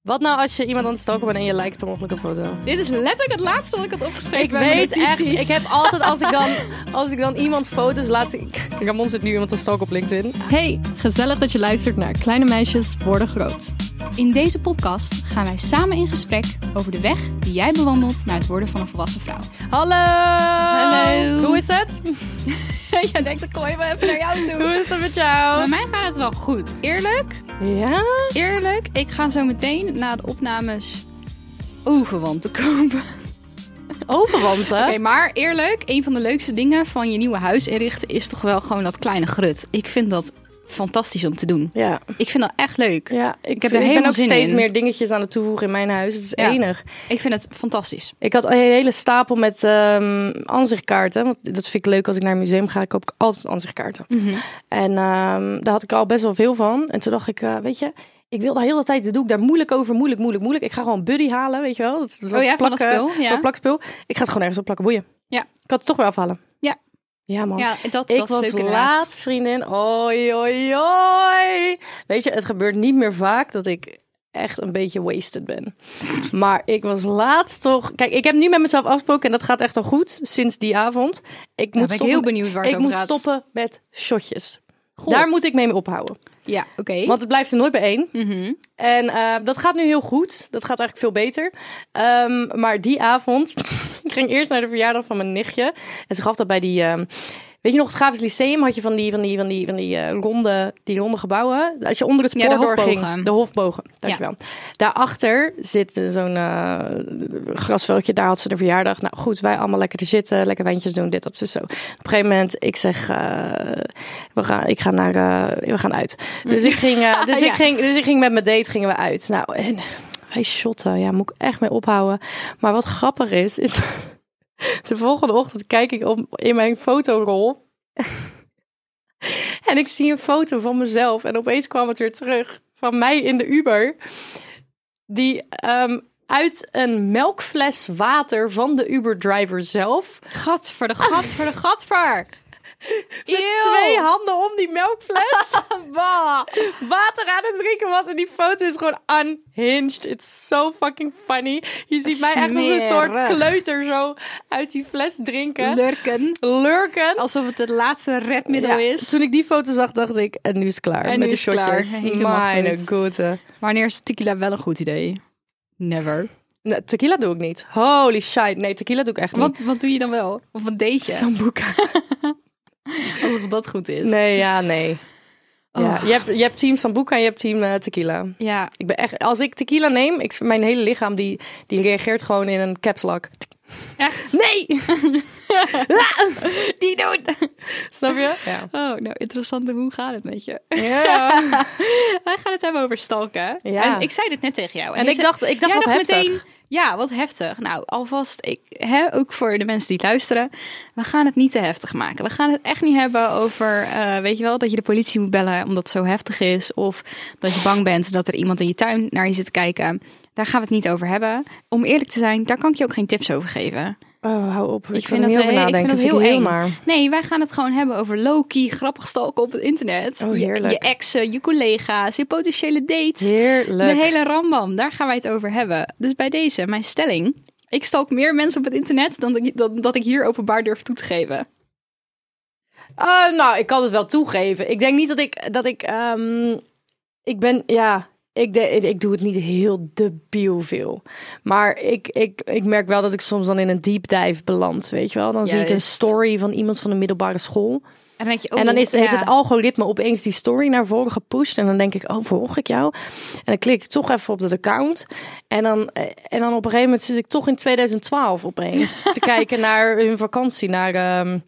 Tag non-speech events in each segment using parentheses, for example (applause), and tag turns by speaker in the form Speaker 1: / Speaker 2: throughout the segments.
Speaker 1: Wat nou als je iemand aan het stalken bent en je lijkt per ongeluk een foto?
Speaker 2: Dit is letterlijk het laatste wat ik had opgeschreven
Speaker 1: Ik
Speaker 2: bij mijn
Speaker 1: weet echt,
Speaker 2: notities.
Speaker 1: ik heb altijd als ik
Speaker 2: (laughs)
Speaker 1: dan, als ik dan iemand foto's laat zien... Ramon zit nu iemand te stalken op LinkedIn.
Speaker 2: Hey, gezellig dat je luistert naar Kleine Meisjes Worden Groot. In deze podcast gaan wij samen in gesprek over de weg die jij bewandelt naar het worden van een volwassen vrouw.
Speaker 1: Hallo!
Speaker 2: Hallo.
Speaker 1: Hoe is het?
Speaker 2: (laughs) Jij denkt, ik gooi maar even naar
Speaker 1: (laughs)
Speaker 2: jou
Speaker 1: Hoe
Speaker 2: toe.
Speaker 1: is het met jou?
Speaker 2: Bij mij gaat het wel goed. Eerlijk,
Speaker 1: Ja?
Speaker 2: eerlijk. Ik ga zo meteen na de opnames overwanten kopen.
Speaker 1: Overwanten?
Speaker 2: Oké, maar eerlijk, een van de leukste dingen van je nieuwe huis inrichten is toch wel gewoon dat kleine grut. Ik vind dat fantastisch om te doen.
Speaker 1: Ja.
Speaker 2: Ik vind dat echt leuk.
Speaker 1: Ja, ik,
Speaker 2: heb er
Speaker 1: vind- ik ben
Speaker 2: helemaal
Speaker 1: ook
Speaker 2: zin
Speaker 1: steeds
Speaker 2: in.
Speaker 1: meer dingetjes aan het toevoegen in mijn huis. Het is
Speaker 2: Ja.
Speaker 1: enig.
Speaker 2: Ik vind het fantastisch.
Speaker 1: Ik had een hele stapel met ehm ansichtkaarten. Want dat vind ik leuk als ik naar een museum ga. Koop ik altijd ansichtkaarten.
Speaker 2: Mhm.
Speaker 1: En ehm, daar had ik al best wel veel van. En toen dacht ik, eh, weet je, ik wil de hele tijd, dat doe ik daar moeilijk over, moeilijk, moeilijk, moeilijk. Ik ga gewoon buddy halen, weet je wel. Dat, dat
Speaker 2: Oh ja, van dat
Speaker 1: plakken-
Speaker 2: spul, ja.
Speaker 1: dat plakspul. Ik ga het gewoon ergens op plakken, boeien.
Speaker 2: Ja.
Speaker 1: Ik had het toch weer afhalen.
Speaker 2: Ja.
Speaker 1: Ja, man.
Speaker 2: Ja, dat,
Speaker 1: Ik
Speaker 2: dat is
Speaker 1: was
Speaker 2: leuk inderdaad.
Speaker 1: laatst, vriendin. Oi, oi, oi. Weet je, het gebeurt niet meer vaak dat ik echt een beetje wasted ben. Maar ik was laatst toch... Kijk, ik heb nu met mezelf afgesproken en dat gaat echt al goed sinds die avond. Ik moet
Speaker 2: ben ik
Speaker 1: stoppen,
Speaker 2: heel benieuwd waar het
Speaker 1: Ik
Speaker 2: over
Speaker 1: moet
Speaker 2: gaat.
Speaker 1: stoppen met shotjes.
Speaker 2: Goh.
Speaker 1: Daar moet ik mee ophouden.
Speaker 2: Ja, oké.
Speaker 1: Want het blijft er nooit bij één.
Speaker 2: Mhm.
Speaker 1: En eh, dat gaat nu heel goed. Dat gaat eigenlijk veel beter. Ehm, maar die avond, (laughs) ik ging eerst naar de verjaardag van mijn nichtje. En ze gaf dat bij die. ehm, Weet je nog, het Graafs Lyceum had je van die, van die, van die, van die, eh, ronde, die ronde gebouwen. Als je onder het
Speaker 2: Ja,
Speaker 1: spoor
Speaker 2: de
Speaker 1: doorging.
Speaker 2: hofbogen.
Speaker 1: De hofbogen, dankjewel. Daarachter zit eh, zo'n eh, grasveldje, daar had ze de verjaardag. Nou goed, wij allemaal lekker er zitten, lekker wijntjes doen, dit, dat, zo, zo. Op een gegeven moment, ik zeg, eh, we, gaan, ik ga naar, eh, we gaan uit. Dus ik ging, eh, dus
Speaker 2: Ja.
Speaker 1: ik ging, dus ik ging met mijn date gingen we uit. Nou, en wij shotten, ja, moet ik echt mee ophouden. Maar wat grappig is, is (laughs) de volgende ochtend kijk ik op in mijn fotorol. (laughs) en ik zie een foto van mezelf. En opeens kwam het weer terug van mij in de Uber. Die ehm, uit een melkfles water van de Uber-driver zelf.
Speaker 2: Gat voor de gat voor de gat (laughs) voor.
Speaker 1: Met twee handen om die
Speaker 2: (laughs)
Speaker 1: melkfles.
Speaker 2: bah.
Speaker 1: water aan het drinken was. En die foto is gewoon unhinged. It's so fucking funny. Je ziet mij echt als een soort
Speaker 2: Smerig.
Speaker 1: kleuter zo uit die fles drinken.
Speaker 2: Lurken.
Speaker 1: Lurken.
Speaker 2: Alsof het het laatste redmiddel
Speaker 1: Ja,
Speaker 2: is.
Speaker 1: Toen ik die foto zag, dacht ik, en nu is het klaar.
Speaker 2: En
Speaker 1: met
Speaker 2: nu
Speaker 1: de
Speaker 2: is het klaar.
Speaker 1: shotjes.
Speaker 2: Helemaal
Speaker 1: Mijn
Speaker 2: goed.
Speaker 1: goede.
Speaker 2: Wanneer is tequila wel een goed idee? Never.
Speaker 1: Nee, tequila doe ik niet. Holy shit. Nee, tequila doe ik echt niet.
Speaker 2: Wat, wat doe je dan wel? Of een deetje?
Speaker 1: Sambuca.
Speaker 2: (laughs) Alsof dat goed is.
Speaker 1: Nee, ja, nee. Ja,
Speaker 2: Oh.
Speaker 1: je, hebt, je hebt team Sambuca en je hebt team eh, tequila.
Speaker 2: Ja.
Speaker 1: Ik ben echt, als ik tequila neem, ik, mijn hele lichaam die, die reageert gewoon in een caps lock.
Speaker 2: Echt? (laughs)
Speaker 1: Nee!
Speaker 2: Die doen.
Speaker 1: Snap
Speaker 2: (laughs)
Speaker 1: je? Ja.
Speaker 2: Oh, nou, interessante. Hoe gaat het met je?
Speaker 1: Ja.
Speaker 2: (laughs) Wij gaan het hebben over stalken.
Speaker 1: Ja.
Speaker 2: En ik zei dit net tegen jou.
Speaker 1: En
Speaker 2: je
Speaker 1: ik
Speaker 2: zei-
Speaker 1: dacht- ik dacht
Speaker 2: jij
Speaker 1: wat heftig.
Speaker 2: ja, wat heftig. Nou, alvast, ik, hè, ook voor de mensen die luisteren. We gaan het niet te heftig maken. We gaan het echt niet hebben over, eh, weet je wel, dat je de politie moet bellen omdat het zo heftig is. Of dat je bang bent dat er iemand in je tuin naar je zit te kijken. Daar gaan we het niet over hebben. Om eerlijk te zijn, daar kan ik je ook geen tips over geven.
Speaker 1: Oh, hou op. Ik,
Speaker 2: Ik
Speaker 1: wil er
Speaker 2: vind, dat,
Speaker 1: niet over
Speaker 2: eh, ik
Speaker 1: nadenken.
Speaker 2: vind dat heel eng.
Speaker 1: maar.
Speaker 2: Nee, wij gaan het gewoon hebben over low-key grappig stalken op het internet.
Speaker 1: Oh,
Speaker 2: Je- Je,
Speaker 1: heerlijk.
Speaker 2: exen, je collega's, je potentiële dates.
Speaker 1: Heerlijk.
Speaker 2: De hele rambam, daar gaan wij het over hebben. Dus bij deze, mijn stelling. Ik stalk meer mensen op het internet dan ik, dan, dat ik hier openbaar durf toe te geven.
Speaker 1: Eh, nou, ik kan het wel toegeven. Ik denk niet dat ik. Dat ik, ehm, ik ben. Ja. Ik, de- ik doe het niet heel debiel veel. Maar ik, ik, ik merk wel dat ik soms dan in een deep dive beland. Weet je wel? Dan zie ik een
Speaker 2: Juist.
Speaker 1: story van iemand van de middelbare school.
Speaker 2: En dan, denk je, oh,
Speaker 1: en dan is,
Speaker 2: ja.
Speaker 1: heeft het algoritme opeens die story naar voren gepusht. En dan denk ik, oh, volg ik jou? En dan klik ik toch even op dat account. En dan, eh, en dan op een gegeven moment zit ik toch in 2012 opeens. te kijken naar hun vakantie naar ehm,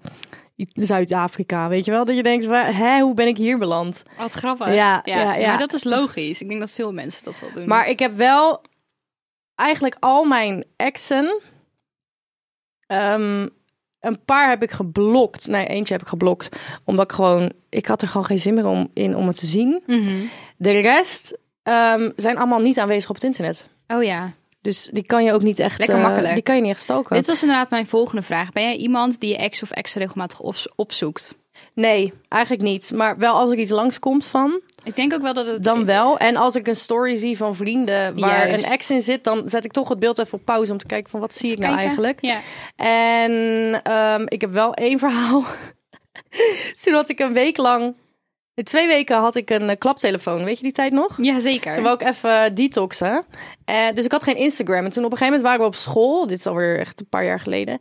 Speaker 1: I- Zuid-Afrika. Weet je wel? Dat je denkt, wa- hè, hoe ben ik hier beland?
Speaker 2: Wat grappig.
Speaker 1: Ja, ja, ja.
Speaker 2: Maar dat is logisch. Ik denk dat veel mensen dat wel doen.
Speaker 1: Maar ik heb wel eigenlijk al mijn exen. ehm, een paar heb ik geblokt. Nee, eentje heb ik geblokt. Omdat ik gewoon... Ik had er gewoon geen zin meer om, in om het te zien.
Speaker 2: Mhm.
Speaker 1: De rest ehm, zijn allemaal niet aanwezig op het internet.
Speaker 2: Oh ja.
Speaker 1: Dus die kan je ook niet echt...
Speaker 2: Lekker
Speaker 1: eh,
Speaker 2: makkelijk.
Speaker 1: Die kan je niet echt stalken.
Speaker 2: Dit was inderdaad mijn volgende vraag. Ben jij iemand die je ex of ex regelmatig op- opzoekt?
Speaker 1: Nee, eigenlijk niet. Maar wel als er iets langskomt van,
Speaker 2: Ik denk ook wel dat het...
Speaker 1: dan wel. En als ik een story zie van vrienden waar
Speaker 2: Juist.
Speaker 1: een ex in zit... dan zet ik toch het beeld even op pauze om te kijken van wat zie ik nou
Speaker 2: Kijken.
Speaker 1: eigenlijk.
Speaker 2: Ja.
Speaker 1: En ehm, ik heb wel één verhaal. (laughs) Toen had ik een week lang... in Twee weken had ik een eh, klaptelefoon. Weet je die tijd nog?
Speaker 2: ja, zeker.
Speaker 1: Toen wou ik even detoxen. Eh, dus ik had geen Instagram. En toen op een gegeven moment waren we op school. Dit is alweer echt een paar jaar geleden.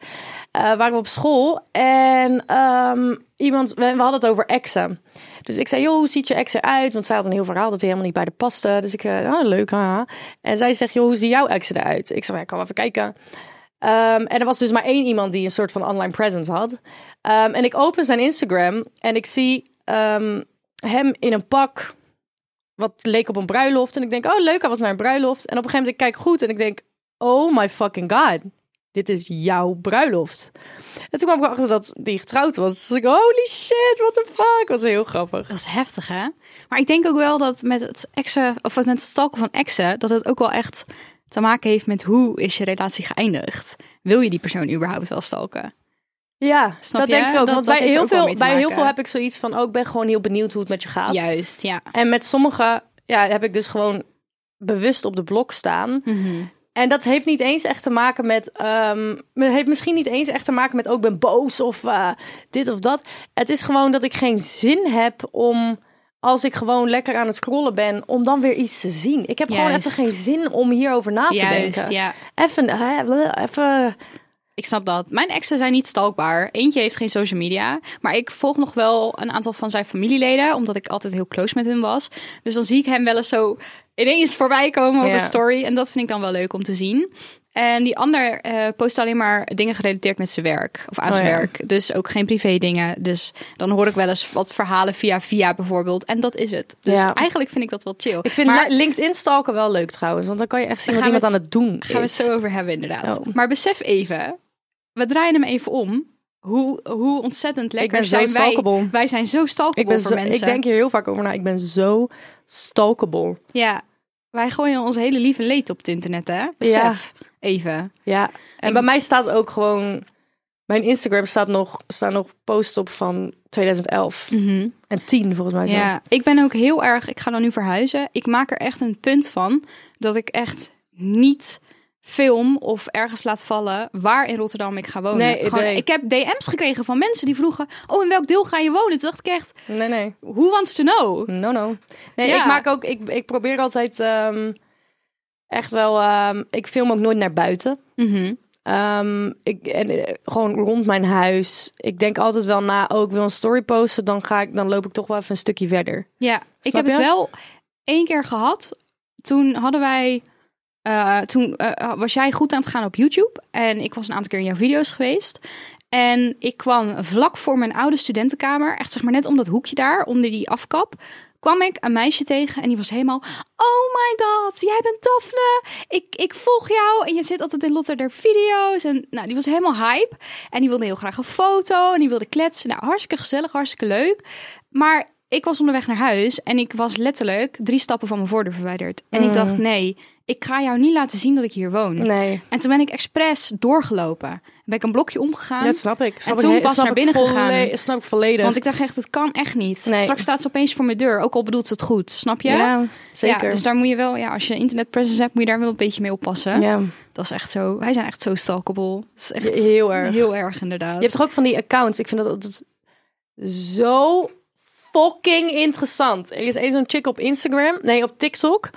Speaker 1: Eh, waren we op school. En ehm, iemand, we, we hadden het over exen. Dus ik zei, joh, hoe ziet je ex eruit? Want zij had een heel verhaal dat hij helemaal niet bij de paste. Dus ik, eh, ah, leuk, haha. En zij zegt, joh, hoe ziet jouw ex eruit? Ik zei, ja, ik kan wel even kijken. Ehm, en er was dus maar één iemand die een soort van online presence had. Ehm, en ik open zijn Instagram en ik zie ehm, hem in een pak wat leek op een bruiloft. En ik denk, oh leuk, hij was naar een bruiloft. En op een gegeven moment, ik kijk goed en ik denk, oh my fucking god. Dit is jouw bruiloft. En toen kwam ik erachter dat die getrouwd was. Dus ik, holy shit, what the fuck. was heel grappig.
Speaker 2: Dat is heftig, hè? Maar ik denk ook wel dat met het exen, of met het stalken van exen, dat het ook wel echt te maken heeft met hoe is je relatie geëindigd? Wil je die persoon überhaupt wel stalken?
Speaker 1: Ja,
Speaker 2: Snap
Speaker 1: dat
Speaker 2: je?
Speaker 1: denk ik ook.
Speaker 2: Dat-
Speaker 1: want
Speaker 2: dat
Speaker 1: bij,
Speaker 2: heeft
Speaker 1: heel
Speaker 2: ook wel mee
Speaker 1: veel,
Speaker 2: te
Speaker 1: bij heel
Speaker 2: maken.
Speaker 1: veel heb ik zoiets van, oh, ik ben gewoon heel benieuwd hoe het met je gaat.
Speaker 2: Juist, ja.
Speaker 1: En met sommige ja, heb ik dus gewoon bewust op de blok staan.
Speaker 2: Mhm.
Speaker 1: En dat heeft niet eens echt te maken met. ehm, het heeft misschien niet eens echt te maken met. ook ben boos of eh, dit of dat. Het is gewoon dat ik geen zin heb om. als ik gewoon lekker aan het scrollen ben. om dan weer iets te zien. Ik heb gewoon
Speaker 2: Juist.
Speaker 1: even geen zin om hierover na te
Speaker 2: Juist,
Speaker 1: denken.
Speaker 2: ja.
Speaker 1: Even. eh, bleh, even
Speaker 2: Ik snap dat. Mijn exen zijn niet stalkbaar. Eentje heeft geen social media. Maar ik volg nog wel een aantal van zijn familieleden. Omdat ik altijd heel close met hun was. Dus dan zie ik hem wel eens zo ineens voorbij komen op
Speaker 1: Ja.
Speaker 2: een story. En dat vind ik dan wel leuk om te zien. En die ander eh, post alleen maar dingen gerelateerd met zijn werk. Of aan zijn
Speaker 1: Oh ja.
Speaker 2: werk. Dus ook geen privé dingen. Dus dan hoor ik wel eens wat verhalen via via bijvoorbeeld. En dat is het. Dus
Speaker 1: Ja.
Speaker 2: eigenlijk vind ik dat wel chill.
Speaker 1: ik vind
Speaker 2: Maar-
Speaker 1: li- LinkedIn stalken wel leuk trouwens. Want dan kan je echt zien
Speaker 2: We
Speaker 1: wat
Speaker 2: gaan
Speaker 1: iemand aan
Speaker 2: het-
Speaker 1: het doen
Speaker 2: gaan we het
Speaker 1: is.
Speaker 2: zo over hebben, inderdaad.
Speaker 1: Oh.
Speaker 2: Maar besef even, we draaien hem even om. Hoe, hoe ontzettend lekker
Speaker 1: ben zo
Speaker 2: zijn wij.
Speaker 1: stalkable.
Speaker 2: Wij zijn zo stalkable
Speaker 1: ik, ben
Speaker 2: voor
Speaker 1: zo-
Speaker 2: mensen.
Speaker 1: ik denk hier heel vaak over na. Ik ben zo stalkable.
Speaker 2: Ja, wij gooien ons hele lieve leed op het internet, hè? Besef even.
Speaker 1: Ja, en bij mij staat ook gewoon... Mijn Instagram staat nog, staan nog posts op van 2011. En 10 volgens mij zelfs.
Speaker 2: Mhm. Ja, ik ben ook heel erg. Ik ga dan nu verhuizen. Ik maak er echt een punt van dat ik echt niet film of ergens laat vallen waar in Rotterdam ik ga wonen.
Speaker 1: Nee,
Speaker 2: Gewoon,
Speaker 1: nee.
Speaker 2: Ik heb DM's gekregen van mensen die vroegen: "Oh, in welk deel ga je wonen?" Toen dacht ik echt:
Speaker 1: Nee, nee.
Speaker 2: "Who wants to know?"
Speaker 1: No, no. Nee,
Speaker 2: Ja.
Speaker 1: ik maak ook... Ik, ik probeer altijd ehm, echt wel... ehm, ik film ook nooit naar buiten.
Speaker 2: Mhm.
Speaker 1: Ehm, ik, en, eh, gewoon rond mijn huis. Ik denk altijd wel na, oh, ik wil een story posten. Dan, ga ik, dan loop ik toch wel even een stukje verder.
Speaker 2: Ja, ik heb
Speaker 1: je?
Speaker 2: het wel één keer gehad. Toen hadden wij. eh, toen eh, was jij goed aan het gaan op YouTube. En ik was een aantal keer in jouw video's geweest. En ik kwam vlak voor mijn oude studentenkamer, echt zeg maar net om dat hoekje daar, onder die afkap, kwam ik een meisje tegen en die was helemaal, oh my god, jij bent Daphne, ik, ik volg jou en je zit altijd in Lotte der video's. En nou, die was helemaal hype en die wilde heel graag een foto en die wilde kletsen. Nou, hartstikke gezellig, hartstikke leuk. Maar ik was onderweg naar huis en ik was letterlijk drie stappen van mijn voordeur verwijderd. En ik dacht, nee, ik ga jou niet laten zien dat ik hier woon.
Speaker 1: Nee.
Speaker 2: En toen ben ik expres doorgelopen. Ben ik een blokje omgegaan.
Speaker 1: Dat snap ik. Snap ik
Speaker 2: toen
Speaker 1: he-
Speaker 2: pas
Speaker 1: snap
Speaker 2: naar
Speaker 1: ik
Speaker 2: binnen
Speaker 1: volle-
Speaker 2: gegaan.
Speaker 1: Snap ik volledig.
Speaker 2: Want ik dacht echt, het kan echt niet.
Speaker 1: Nee.
Speaker 2: Straks staat ze opeens voor mijn deur, ook al bedoelt ze het goed. Snap je?
Speaker 1: Ja, zeker.
Speaker 2: Ja, dus daar moet je wel, ja, als je internetpresence hebt, moet je daar wel een beetje mee oppassen.
Speaker 1: Ja.
Speaker 2: Dat is echt zo. Wij zijn echt zo stalkable. Dat is echt
Speaker 1: Heel erg.
Speaker 2: Heel erg, inderdaad.
Speaker 1: Je hebt toch ook van die accounts. Ik vind dat altijd zo fucking interessant. Er is eens zo'n chick op Instagram, nee, op TikTok.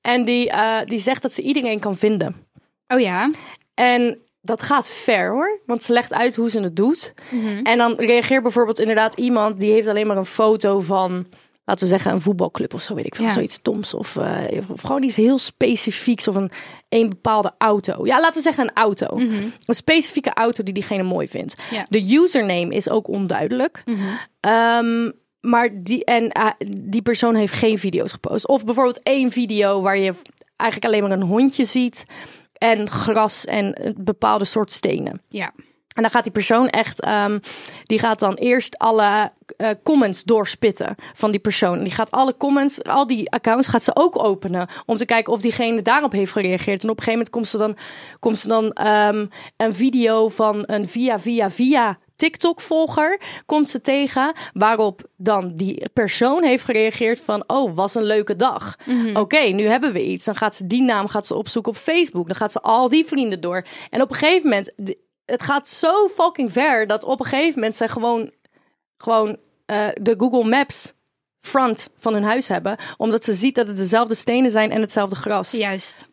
Speaker 1: En die, eh, die zegt dat ze iedereen kan vinden.
Speaker 2: Oh ja.
Speaker 1: En dat gaat ver hoor, want ze legt uit hoe ze het doet. En dan reageert bijvoorbeeld inderdaad iemand die heeft alleen maar een foto van, laten we zeggen, een voetbalclub of zo, weet ik veel,
Speaker 2: Ja.
Speaker 1: zoiets doms. Of, eh, of gewoon iets heel specifieks of een, een bepaalde auto. Ja, laten we zeggen een auto. Een specifieke auto die diegene mooi vindt.
Speaker 2: Ja.
Speaker 1: De username is ook onduidelijk. Ehm, maar die, en, ah, die persoon heeft geen video's gepost. Of bijvoorbeeld één video waar je eigenlijk alleen maar een hondje ziet. en gras en een bepaalde soort stenen.
Speaker 2: Ja.
Speaker 1: En dan gaat die persoon echt, ehm, die gaat dan eerst alle eh, comments doorspitten van die persoon. Die gaat alle comments, al die accounts gaat ze ook openen. Om te kijken of diegene daarop heeft gereageerd. En op een gegeven moment komt ze dan, komt ze dan ehm, een video van een via, via, via TikTok-volger komt ze tegen waarop dan die persoon heeft gereageerd van oh was een leuke dag. Oké, nu hebben we iets. Dan gaat ze die naam gaat ze opzoeken op Facebook. Dan gaat ze al die vrienden door. En op een gegeven moment d- het gaat zo fucking ver dat op een gegeven moment ze gewoon gewoon eh, de Google Maps front van hun huis hebben omdat ze ziet dat het dezelfde stenen zijn en hetzelfde gras.
Speaker 2: Juist.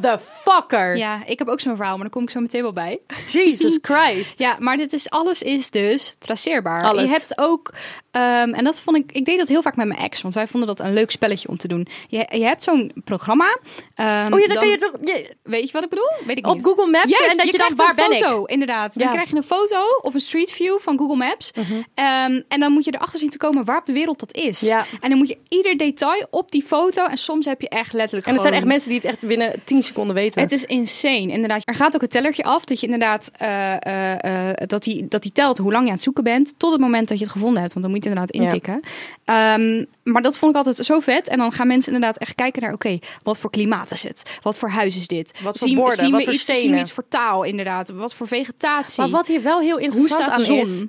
Speaker 1: Motherfucker.
Speaker 2: Ja, ik heb ook zo'n verhaal, maar daar kom ik zo meteen wel bij.
Speaker 1: Jesus Christ.
Speaker 2: Ja, maar dit is, alles is dus traceerbaar.
Speaker 1: Alles.
Speaker 2: Je hebt ook, ehm, en dat vond ik, ik deed dat heel vaak met mijn ex, want wij vonden dat een leuk spelletje om te doen. Je, je hebt zo'n programma. ehm,
Speaker 1: Oh ja,
Speaker 2: dan-
Speaker 1: dan kun je toch je-
Speaker 2: Weet je wat ik bedoel? Weet ik
Speaker 1: Op
Speaker 2: niet.
Speaker 1: Google Maps
Speaker 2: Juist,
Speaker 1: en dat je dan,
Speaker 2: krijgt
Speaker 1: waar
Speaker 2: een
Speaker 1: ben ik?
Speaker 2: foto, inderdaad. Dan
Speaker 1: Ja. Mhm.
Speaker 2: krijg je een foto of een street view van Google Maps. Ehm, en dan moet je erachter zien te komen waar op de wereld dat is.
Speaker 1: Ja.
Speaker 2: En dan moet je ieder detail op die foto. En soms heb je echt letterlijk
Speaker 1: En er zijn
Speaker 2: gewoon-
Speaker 1: echt mensen die het echt binnen 10 seconden weten.
Speaker 2: Het is insane, inderdaad. Er gaat ook een tellertje af dat je inderdaad eh, eh, eh, dat die, dat die telt hoe lang je aan het zoeken bent tot het moment dat je het gevonden hebt, want dan moet je het inderdaad intikken. Ehm, maar dat vond ik altijd zo vet. En dan gaan mensen inderdaad echt kijken naar, oké, wat voor klimaat is het? Wat voor huis is dit?
Speaker 1: Wat voor
Speaker 2: zien,
Speaker 1: borden?
Speaker 2: zien
Speaker 1: Wat
Speaker 2: we
Speaker 1: voor
Speaker 2: iets,
Speaker 1: stenen?
Speaker 2: Zien we iets voor taal inderdaad? Wat voor vegetatie?
Speaker 1: maar wat hier wel heel
Speaker 2: hoe
Speaker 1: interessant
Speaker 2: staat de
Speaker 1: aan
Speaker 2: zon?
Speaker 1: is...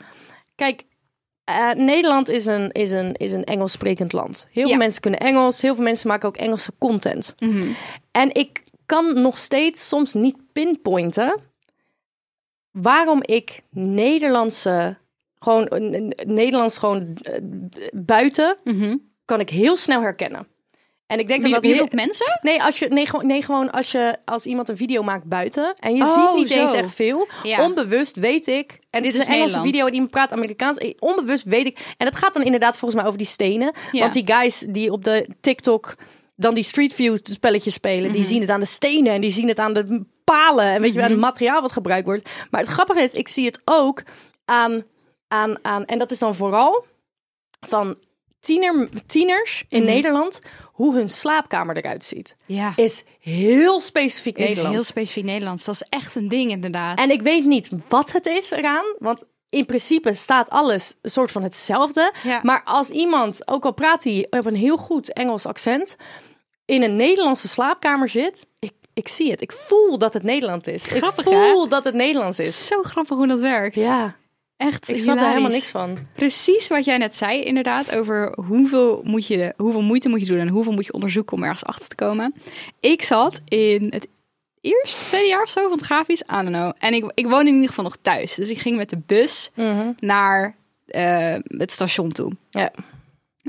Speaker 1: Kijk, eh, Nederland is een, is een, is een Engels sprekend land. Heel
Speaker 2: Ja. Mhm.
Speaker 1: veel mensen kunnen Engels. Heel veel mensen maken ook Engelse content. En ik kan nog steeds soms niet pinpointen... waarom ik Nederlandse... gewoon eh, n- n- Nederlands gewoon eh, buiten... kan ik heel snel herkennen. En ik denk
Speaker 2: Mhm. Wie,
Speaker 1: dat
Speaker 2: wie
Speaker 1: dat heel-
Speaker 2: op mensen?
Speaker 1: Nee, als je, nee, gewoon, nee, gewoon als je als iemand een video maakt buiten en je
Speaker 2: Oh,
Speaker 1: ziet niet
Speaker 2: zo.
Speaker 1: eens echt veel.
Speaker 2: Ja.
Speaker 1: Onbewust weet ik. En dit
Speaker 2: is
Speaker 1: is een Engelse
Speaker 2: Nederland.
Speaker 1: video en iemand praat Amerikaans. Eh, Onbewust weet ik. En het gaat dan inderdaad volgens mij over die stenen.
Speaker 2: Ja.
Speaker 1: Want die guys die op de TikTok dan die Street View spelletjes spelen,
Speaker 2: Mhm.
Speaker 1: die zien het aan de stenen en die zien het aan de palen en weet je, wel, aan het materiaal wat gebruikt wordt. Maar het grappige is, ik zie het ook aan, aan, aan en dat is dan vooral van tiener, tieners in Nederland, hoe hun slaapkamer eruit ziet
Speaker 2: Mhm. Ja.
Speaker 1: is heel specifiek
Speaker 2: Het is
Speaker 1: Nederlands.
Speaker 2: heel specifiek Nederlands. Dat is echt een ding inderdaad.
Speaker 1: En ik weet niet wat het is eraan, want in principe staat alles een soort van hetzelfde.
Speaker 2: Ja.
Speaker 1: Maar als iemand, ook al praat hij op een heel goed Engels accent, in een Nederlandse slaapkamer zit, ik, ik zie het. Ik voel dat het Nederland is.
Speaker 2: Grappig,
Speaker 1: ik voel dat het Nederlands
Speaker 2: Het
Speaker 1: is.
Speaker 2: is zo grappig hoe dat werkt.
Speaker 1: Ja,
Speaker 2: Echt
Speaker 1: ik snap daar helemaal
Speaker 2: hilarisch.
Speaker 1: niks van.
Speaker 2: Precies wat jij net zei, inderdaad, over hoeveel, moet je, hoeveel moeite moet je doen en hoeveel moet je onderzoeken om ergens achter te komen. Ik zat in het eerste, tweede jaar of zo van het grafisch, I don't know. En ik, ik woonde in ieder geval nog thuis, dus ik ging met de bus naar eh, het station toe.
Speaker 1: Ja.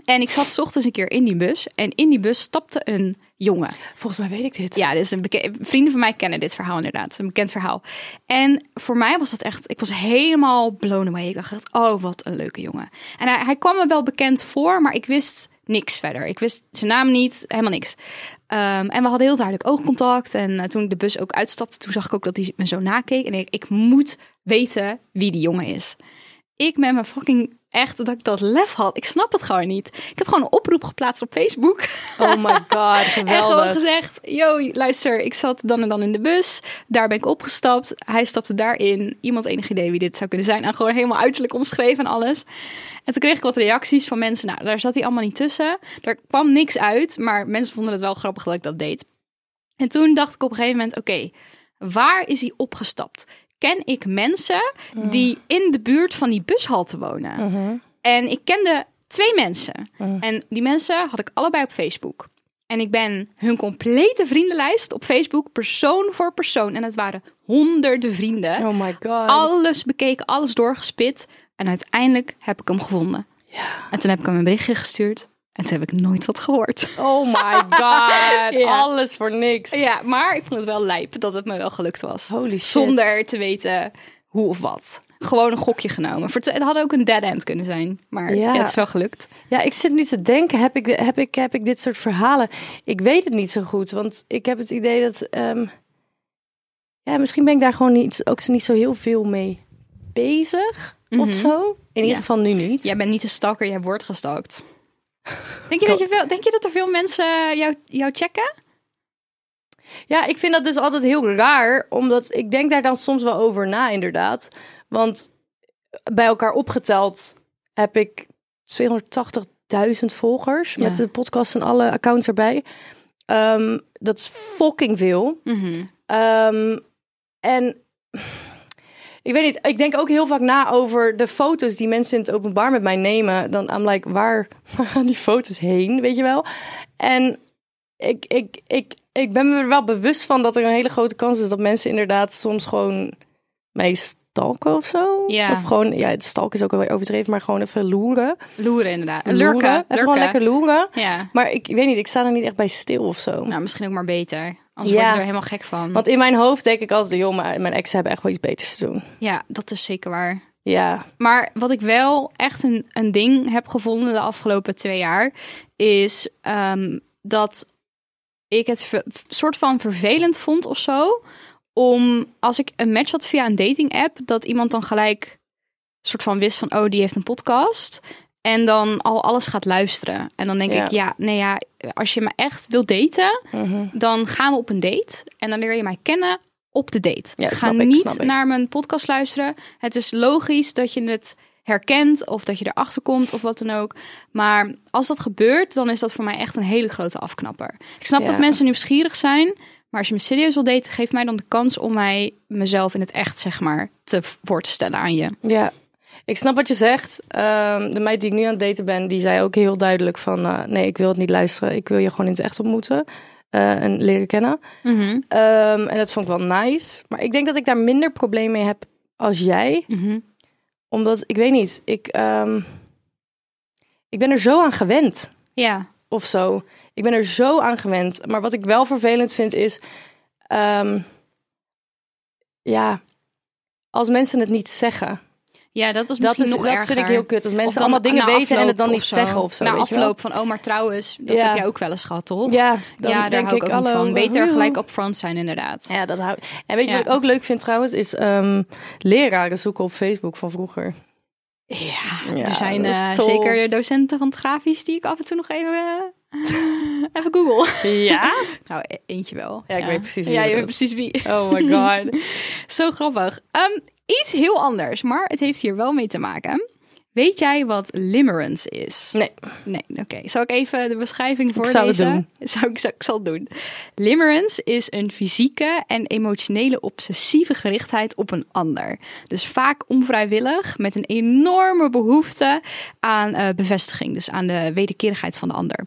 Speaker 2: En ik zat 's ochtends een keer in die bus en in die bus stapte een jongen.
Speaker 1: Volgens mij weet ik dit.
Speaker 2: Ja, dit is een beke- vrienden van mij kennen dit verhaal inderdaad. Het is Een bekend verhaal. En voor mij was dat echt... Ik was helemaal blown away. Ik dacht echt, oh, wat een leuke jongen. En hij, hij kwam me wel bekend voor, maar ik wist niks verder. Ik wist zijn naam niet, helemaal niks. Ehm, en we hadden heel duidelijk oogcontact. En eh, toen ik de bus ook uitstapte, toen zag ik ook dat hij me zo nakeek. En ik, ik moet weten wie die jongen is ik met mijn fucking echt dat ik dat lef had. Ik snap het gewoon niet. Ik heb gewoon een oproep geplaatst op Facebook. (laughs)
Speaker 1: Oh my (laughs) god,
Speaker 2: En gewoon
Speaker 1: geweldig.
Speaker 2: gezegd, yo, luister, ik zat dan en dan in de bus. Daar ben ik opgestapt. Hij stapte daarin. Iemand enig idee wie dit zou kunnen zijn. En gewoon helemaal uiterlijk omschreven en alles. En toen kreeg ik wat reacties van mensen. Nou, daar zat hij allemaal niet tussen. Daar kwam niks uit. Maar mensen vonden het wel grappig dat ik dat deed. En toen dacht ik op een gegeven moment, oké, waar is hij opgestapt? Ken ik mensen
Speaker 1: Mm.
Speaker 2: die in de buurt van die bushalte wonen?
Speaker 1: Mm-hmm.
Speaker 2: En ik kende twee mensen.
Speaker 1: Mm.
Speaker 2: En die mensen had ik allebei op Facebook. En ik ben hun complete vriendenlijst op Facebook, persoon voor persoon. En het waren honderden vrienden.
Speaker 1: Oh my god.
Speaker 2: Alles bekeken, alles doorgespit. En uiteindelijk heb ik hem gevonden. En toen heb ik hem een berichtje gestuurd. En toen heb ik nooit wat gehoord.
Speaker 1: Oh my (laughs) god.
Speaker 2: Ja.
Speaker 1: Alles voor niks.
Speaker 2: Ja, maar ik vond het wel lijp dat het me wel gelukt was.
Speaker 1: Holy shit.
Speaker 2: Zonder te weten hoe of wat. Gewoon een gokje genomen. Verte- Het had ook een dead end kunnen zijn. Maar
Speaker 1: Ja.
Speaker 2: het is wel gelukt.
Speaker 1: Ja, ik zit nu te denken, heb ik, heb, ik, heb ik dit soort verhalen? Ik weet het niet zo goed, want ik heb het idee dat... ehm, ja, misschien ben ik daar gewoon niet, ook niet zo heel veel mee bezig of zo. In ieder
Speaker 2: Mhm. Ja.
Speaker 1: geval nu niet.
Speaker 2: Jij bent niet een stalker, jij wordt
Speaker 1: (laughs)
Speaker 2: gestalkt. Denk je dat, je veel, denk je dat er veel mensen jou, jou checken?
Speaker 1: Ja, ik vind dat dus altijd heel raar, omdat ik denk daar dan soms wel over na, inderdaad. Want bij elkaar opgeteld heb ik 280.000 volgers
Speaker 2: Ja.
Speaker 1: met de podcast en alle accounts erbij. Ehm, dat is fucking veel.
Speaker 2: Mhm.
Speaker 1: Ehm, en ik weet niet, ik denk ook heel vaak na over de foto's die mensen in het openbaar met mij nemen. Dan I'm like, waar, (laughs) waar gaan die foto's heen, weet je wel? En ik, ik, ik, ik ben me er wel bewust van dat er een hele grote kans is dat mensen inderdaad soms gewoon mij stalken of zo.
Speaker 2: Ja.
Speaker 1: Of gewoon, ja, het stalken is ook wel overdreven, maar gewoon even loeren.
Speaker 2: Loeren inderdaad.
Speaker 1: Loeren.
Speaker 2: Lurken.
Speaker 1: Even gewoon
Speaker 2: lurken.
Speaker 1: lekker loeren.
Speaker 2: Ja.
Speaker 1: Maar ik, ik weet niet, ik sta er niet echt bij stil of zo.
Speaker 2: Nou, misschien ook maar beter. Anders
Speaker 1: Ja.
Speaker 2: word je er helemaal gek van.
Speaker 1: Want in mijn hoofd denk ik altijd, joh, maar mijn ex hebben echt wel iets beters te doen.
Speaker 2: Ja, dat is zeker waar.
Speaker 1: Ja,
Speaker 2: Maar wat ik wel echt een, een ding heb gevonden de afgelopen twee jaar, is ehm, dat ik het ver- soort van vervelend vond of zo. Om als ik een match had via een dating app, dat iemand dan gelijk soort van wist van, oh, die heeft een podcast. En dan al alles gaat luisteren. En dan denk
Speaker 1: Ja.
Speaker 2: ik, ja, nee ja, als je me echt wilt daten,
Speaker 1: Mhm.
Speaker 2: dan gaan we op een date. En dan leer je mij kennen op de date.
Speaker 1: Ja,
Speaker 2: Ga
Speaker 1: snap ik,
Speaker 2: niet
Speaker 1: snap ik.
Speaker 2: naar mijn podcast luisteren. Het is logisch dat je het herkent of dat je erachter komt of wat dan ook. Maar als dat gebeurt, dan is dat voor mij echt een hele grote afknapper. Ik snap
Speaker 1: Ja.
Speaker 2: dat mensen nieuwsgierig zijn, maar als je me serieus wil daten, geef mij dan de kans om mij mezelf in het echt zeg maar te voor te stellen aan je.
Speaker 1: Ja, ik snap wat je zegt. Ehm, de meid die ik nu aan het daten ben, die zei ook heel duidelijk van... eh, nee, ik wil het niet luisteren. Ik wil je gewoon in het echt ontmoeten eh, en leren kennen.
Speaker 2: Mhm.
Speaker 1: Ehm, en dat vond ik wel nice. Maar ik denk dat ik daar minder probleem mee heb als jij.
Speaker 2: Mhm.
Speaker 1: Omdat, ik weet niet, ik, ehm, ik ben er zo aan gewend
Speaker 2: Ja,
Speaker 1: of zo. Ik ben er zo aan gewend. Maar wat ik wel vervelend vind is. ehm, ja. Als mensen het niet zeggen.
Speaker 2: ja, dat is
Speaker 1: Dat,
Speaker 2: misschien
Speaker 1: is,
Speaker 2: nog
Speaker 1: dat
Speaker 2: erger.
Speaker 1: vind ik heel kut. Als
Speaker 2: Of
Speaker 1: mensen
Speaker 2: dan
Speaker 1: allemaal dingen
Speaker 2: na
Speaker 1: weten en het dan
Speaker 2: afloop
Speaker 1: niet zeggen of zo.
Speaker 2: Na
Speaker 1: weet je wel?
Speaker 2: afloop van, oh, maar trouwens, dat
Speaker 1: Ja.
Speaker 2: heb jij ook wel eens gehad, toch?
Speaker 1: Ja, dan
Speaker 2: ja, daar
Speaker 1: denk
Speaker 2: hou ik,
Speaker 1: ik,
Speaker 2: ook niet
Speaker 1: hallo,
Speaker 2: van. Beter
Speaker 1: woehoe.
Speaker 2: gelijk upfront zijn, inderdaad.
Speaker 1: Ja, dat hou En weet je
Speaker 2: Ja.
Speaker 1: wat ik ook leuk vind trouwens? Is ehm, leraren zoeken op Facebook van vroeger.
Speaker 2: Ja,
Speaker 1: Ja,
Speaker 2: er zijn
Speaker 1: dat is
Speaker 2: eh,
Speaker 1: top.
Speaker 2: zeker de docenten van het grafisch die ik af en toe nog even, eh, (laughs) even google.
Speaker 1: Ja?
Speaker 2: (laughs) nou, e- eentje wel.
Speaker 1: Ja, ik weet precies wie
Speaker 2: Ja,
Speaker 1: je
Speaker 2: je weet
Speaker 1: bedoelt.
Speaker 2: precies wie.
Speaker 1: Oh my god.
Speaker 2: (laughs) Zo grappig. Ehm, iets heel anders, maar het heeft hier wel mee te maken. Weet jij wat limerence is?
Speaker 1: Nee.
Speaker 2: Nee, oké. Zal ik even de beschrijving voorlezen?
Speaker 1: zou het
Speaker 2: Zou ik, zou- ik (laughs) zal het doen. Limerence is een fysieke en emotionele obsessieve gerichtheid op een ander. Dus vaak onvrijwillig, met een enorme behoefte aan eh, bevestiging. Dus aan de wederkerigheid van de ander.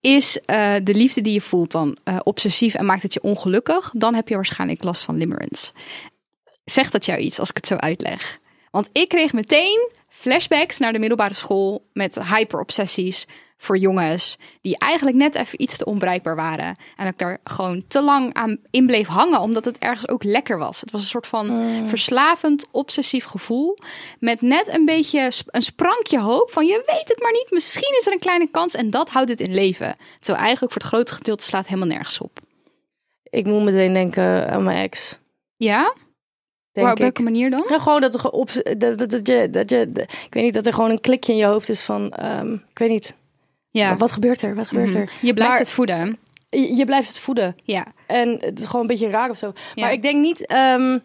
Speaker 2: Is eh, de liefde die je voelt dan eh, obsessief en maakt het je ongelukkig? Dan heb je waarschijnlijk last van limerence. Zegt dat jou iets als ik het zo uitleg? Want ik kreeg meteen flashbacks naar de middelbare school met hyperobsessies voor jongens die eigenlijk net even iets te onbereikbaar waren. En dat ik daar gewoon te lang aan in bleef hangen, omdat het ergens ook lekker was. Het was een soort van
Speaker 1: Mm.
Speaker 2: verslavend, obsessief gevoel met net een beetje sp- een sprankje hoop van je weet het maar niet, misschien is er een kleine kans en dat houdt het in leven. Terwijl eigenlijk voor het grote gedeelte slaat het helemaal nergens op.
Speaker 1: Ik moet meteen denken aan mijn ex.
Speaker 2: Ja?
Speaker 1: Denk
Speaker 2: Maar op
Speaker 1: ik.
Speaker 2: welke manier dan?
Speaker 1: Nou, gewoon dat, er ge- op, dat, dat, dat je, dat je, dat- ik weet niet, dat er gewoon een klikje in je hoofd is van, ehm, ik weet niet,
Speaker 2: Ja.
Speaker 1: wat gebeurt er, wat gebeurt
Speaker 2: Mhm.
Speaker 1: er?
Speaker 2: Je blijft
Speaker 1: Maar-
Speaker 2: het voeden.
Speaker 1: Je, je blijft het voeden
Speaker 2: Ja.
Speaker 1: en het is gewoon een beetje raar of zo.
Speaker 2: Ja.
Speaker 1: Maar ik denk niet, ehm,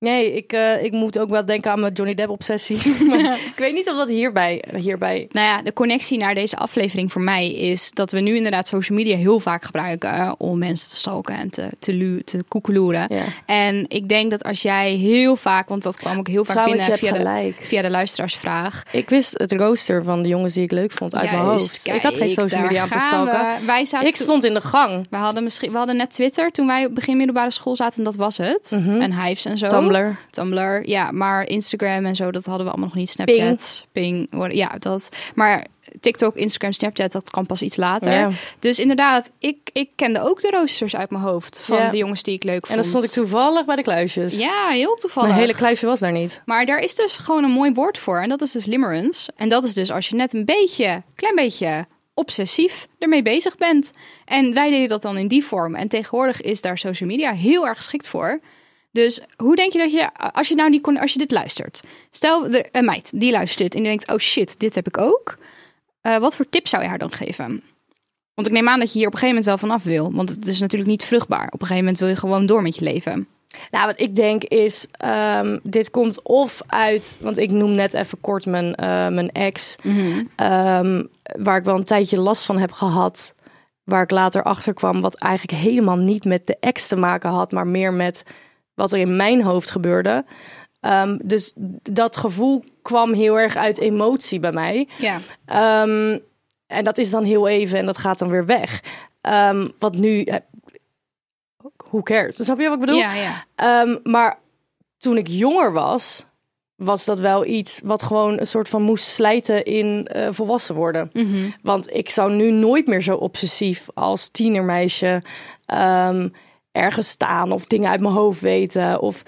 Speaker 1: nee, ik, eh, ik moet ook wel denken aan mijn Johnny Depp obsessie.
Speaker 2: (laughs)
Speaker 1: (laughs) Maar ik weet niet of dat hierbij, hierbij,
Speaker 2: Nou ja, de connectie naar deze aflevering voor mij is dat we nu inderdaad social media heel vaak gebruiken eh, om mensen te stalken en te, te, lu- te koekeloeren.
Speaker 1: Ja.
Speaker 2: En ik denk dat als jij heel vaak, want dat kwam ook heel vaak
Speaker 1: Trouwens,
Speaker 2: binnen
Speaker 1: je hebt
Speaker 2: via de,
Speaker 1: gelijk.
Speaker 2: via de luisteraarsvraag.
Speaker 1: ik wist het rooster van de jongens die ik leuk vond uit mijn
Speaker 2: Juist,
Speaker 1: hoofd. ik had geen
Speaker 2: kijk,
Speaker 1: social media
Speaker 2: daar
Speaker 1: aan te
Speaker 2: gaan
Speaker 1: stalken.
Speaker 2: we. Wij zaten
Speaker 1: Ik
Speaker 2: toen-
Speaker 1: stond in de gang,
Speaker 2: We hadden, misschien, we hadden net Twitter toen wij begin middelbare school zaten en dat was het. En Hives en zo.
Speaker 1: Mhm. Tumblr.
Speaker 2: Tumblr, ja. Maar Instagram en zo, dat hadden we allemaal nog niet. Snapchat, Ping. wat- ja, dat. Maar TikTok, Instagram, Snapchat, dat kan pas iets later.
Speaker 1: Ja.
Speaker 2: Dus inderdaad, ik, ik kende ook de roosters uit mijn hoofd van
Speaker 1: Ja.
Speaker 2: de jongens die ik leuk vond.
Speaker 1: En dan stond ik toevallig bij de kluisjes.
Speaker 2: Ja, heel toevallig.
Speaker 1: Mijn hele kluisje was daar niet.
Speaker 2: Maar daar is dus gewoon een mooi woord voor. En dat is dus limerence. En dat is dus als je net een beetje, klein beetje obsessief ermee bezig bent. En wij deden dat dan in die vorm. En tegenwoordig is daar social media heel erg geschikt voor. Dus hoe denk je dat je, als je, nou die, kon- als je dit luistert. Stel, er, een meid die luistert dit en die denkt, oh shit, dit heb ik ook. Eh, wat voor tip zou je haar dan geven? Want ik neem aan dat je hier op een gegeven moment wel vanaf wil. Want het is natuurlijk niet vruchtbaar. Op een gegeven moment wil je gewoon door met je leven.
Speaker 1: Nou, wat ik denk is, ehm, dit komt of uit, want ik noem net even kort mijn, eh, mijn ex, ehm, waar ik wel een tijdje last van heb gehad, waar ik later achter kwam, wat eigenlijk helemaal niet met de ex te maken had, maar meer met wat er in mijn hoofd gebeurde. Ehm, dus dat gevoel kwam heel erg uit emotie bij mij.
Speaker 2: Ja.
Speaker 1: Ehm, en dat is dan heel even en dat gaat dan weer weg. Ehm wat nu. eh, Who cares? Snap je wat ik bedoel?
Speaker 2: Ja, ja.
Speaker 1: Ehm, maar toen ik jonger was, was dat wel iets wat gewoon een soort van moest slijten in eh, volwassen worden.
Speaker 2: Mhm.
Speaker 1: Want ik zou nu nooit meer zo obsessief als tienermeisje ehm, ergens staan of dingen uit mijn hoofd weten. Of,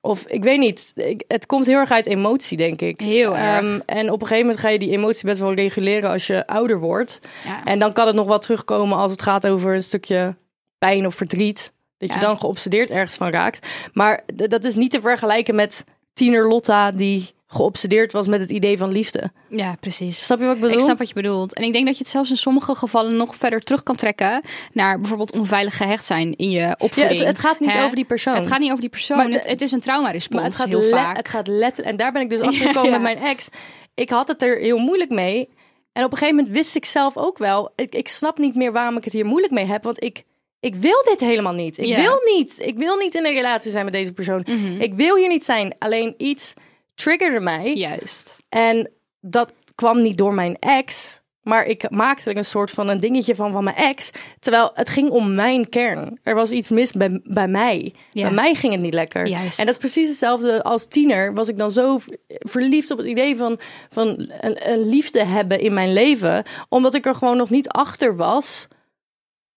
Speaker 1: of ik weet niet, ik- het komt heel erg uit emotie, denk ik.
Speaker 2: Heel erg.
Speaker 1: Ehm, en op een gegeven moment ga je die emotie best wel reguleren als je ouder wordt.
Speaker 2: Ja.
Speaker 1: En dan kan het nog wel terugkomen als het gaat over een stukje pijn of verdriet. Dat je
Speaker 2: Ja.
Speaker 1: dan geobsedeerd ergens van raakt. Maar d- dat is niet te vergelijken met tiener Lotta die geobsedeerd was met het idee van liefde.
Speaker 2: ja, precies.
Speaker 1: Snap je wat ik bedoel?
Speaker 2: Ik snap wat je bedoelt. En ik denk dat je het zelfs in sommige gevallen nog verder terug kan trekken naar bijvoorbeeld onveilig gehecht zijn in je opvoeding.
Speaker 1: Ja, het- het gaat niet
Speaker 2: Hè?
Speaker 1: over die persoon.
Speaker 2: Het gaat niet over die persoon.
Speaker 1: Maar de-
Speaker 2: het, het is een traumarespons
Speaker 1: maar het gaat,
Speaker 2: heel
Speaker 1: le-
Speaker 2: vaak.
Speaker 1: het gaat letter. En daar ben
Speaker 2: (laughs)
Speaker 1: ik dus achter gekomen
Speaker 2: ja.
Speaker 1: met mijn ex. Ik had het er heel moeilijk mee. En op een gegeven moment wist ik zelf ook wel. Ik, ik snap niet meer waarom ik het hier moeilijk mee heb. Want ik, ik wil dit helemaal niet. Ik
Speaker 2: Ja. Mhm.
Speaker 1: wil niet. Ik wil niet in een relatie zijn met deze persoon. Ik wil hier niet zijn. Alleen iets triggerde mij.
Speaker 2: Juist.
Speaker 1: En dat kwam niet door mijn ex. Maar ik maakte er een soort van een dingetje van van mijn ex. Terwijl het ging om mijn kern. Er was iets mis bij, bij mij.
Speaker 2: Ja.
Speaker 1: Bij mij ging het niet lekker.
Speaker 2: Juist.
Speaker 1: En dat is precies hetzelfde als tiener. Was ik dan zo v- verliefd op het idee van, van een, een liefde hebben in mijn leven. Omdat ik er gewoon nog niet achter was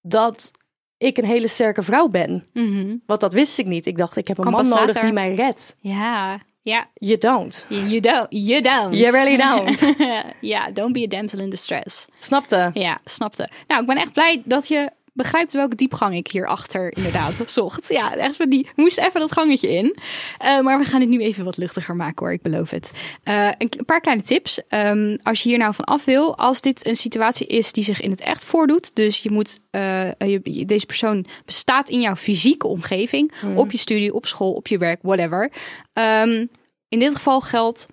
Speaker 1: dat ik een hele sterke vrouw ben.
Speaker 2: Mhm.
Speaker 1: Want dat wist ik niet. Ik dacht, ik heb een
Speaker 2: Kan
Speaker 1: man
Speaker 2: pas
Speaker 1: nodig
Speaker 2: later.
Speaker 1: die mij redt.
Speaker 2: Ja. Ja.
Speaker 1: You don't.
Speaker 2: You you don't. You don't.
Speaker 1: You really don't.
Speaker 2: (laughs) ja, don't be a damsel in distress.
Speaker 1: Snapte?
Speaker 2: Ja, snapte. Nou, ik ben echt blij dat je begrijpt welke diepgang ik hierachter inderdaad (laughs) zocht. Ja, echt van die moest even dat gangetje in. Eh, maar we gaan het nu even wat luchtiger maken hoor, ik beloof het. Eh, een, k- een paar kleine tips. Ehm, als je hier nou van af wil, als dit een situatie is die zich in het echt voordoet, dus je moet, eh, je, je- deze persoon bestaat in jouw fysieke omgeving, op je studie, op school, op je werk, whatever. Ehm, in dit geval geldt,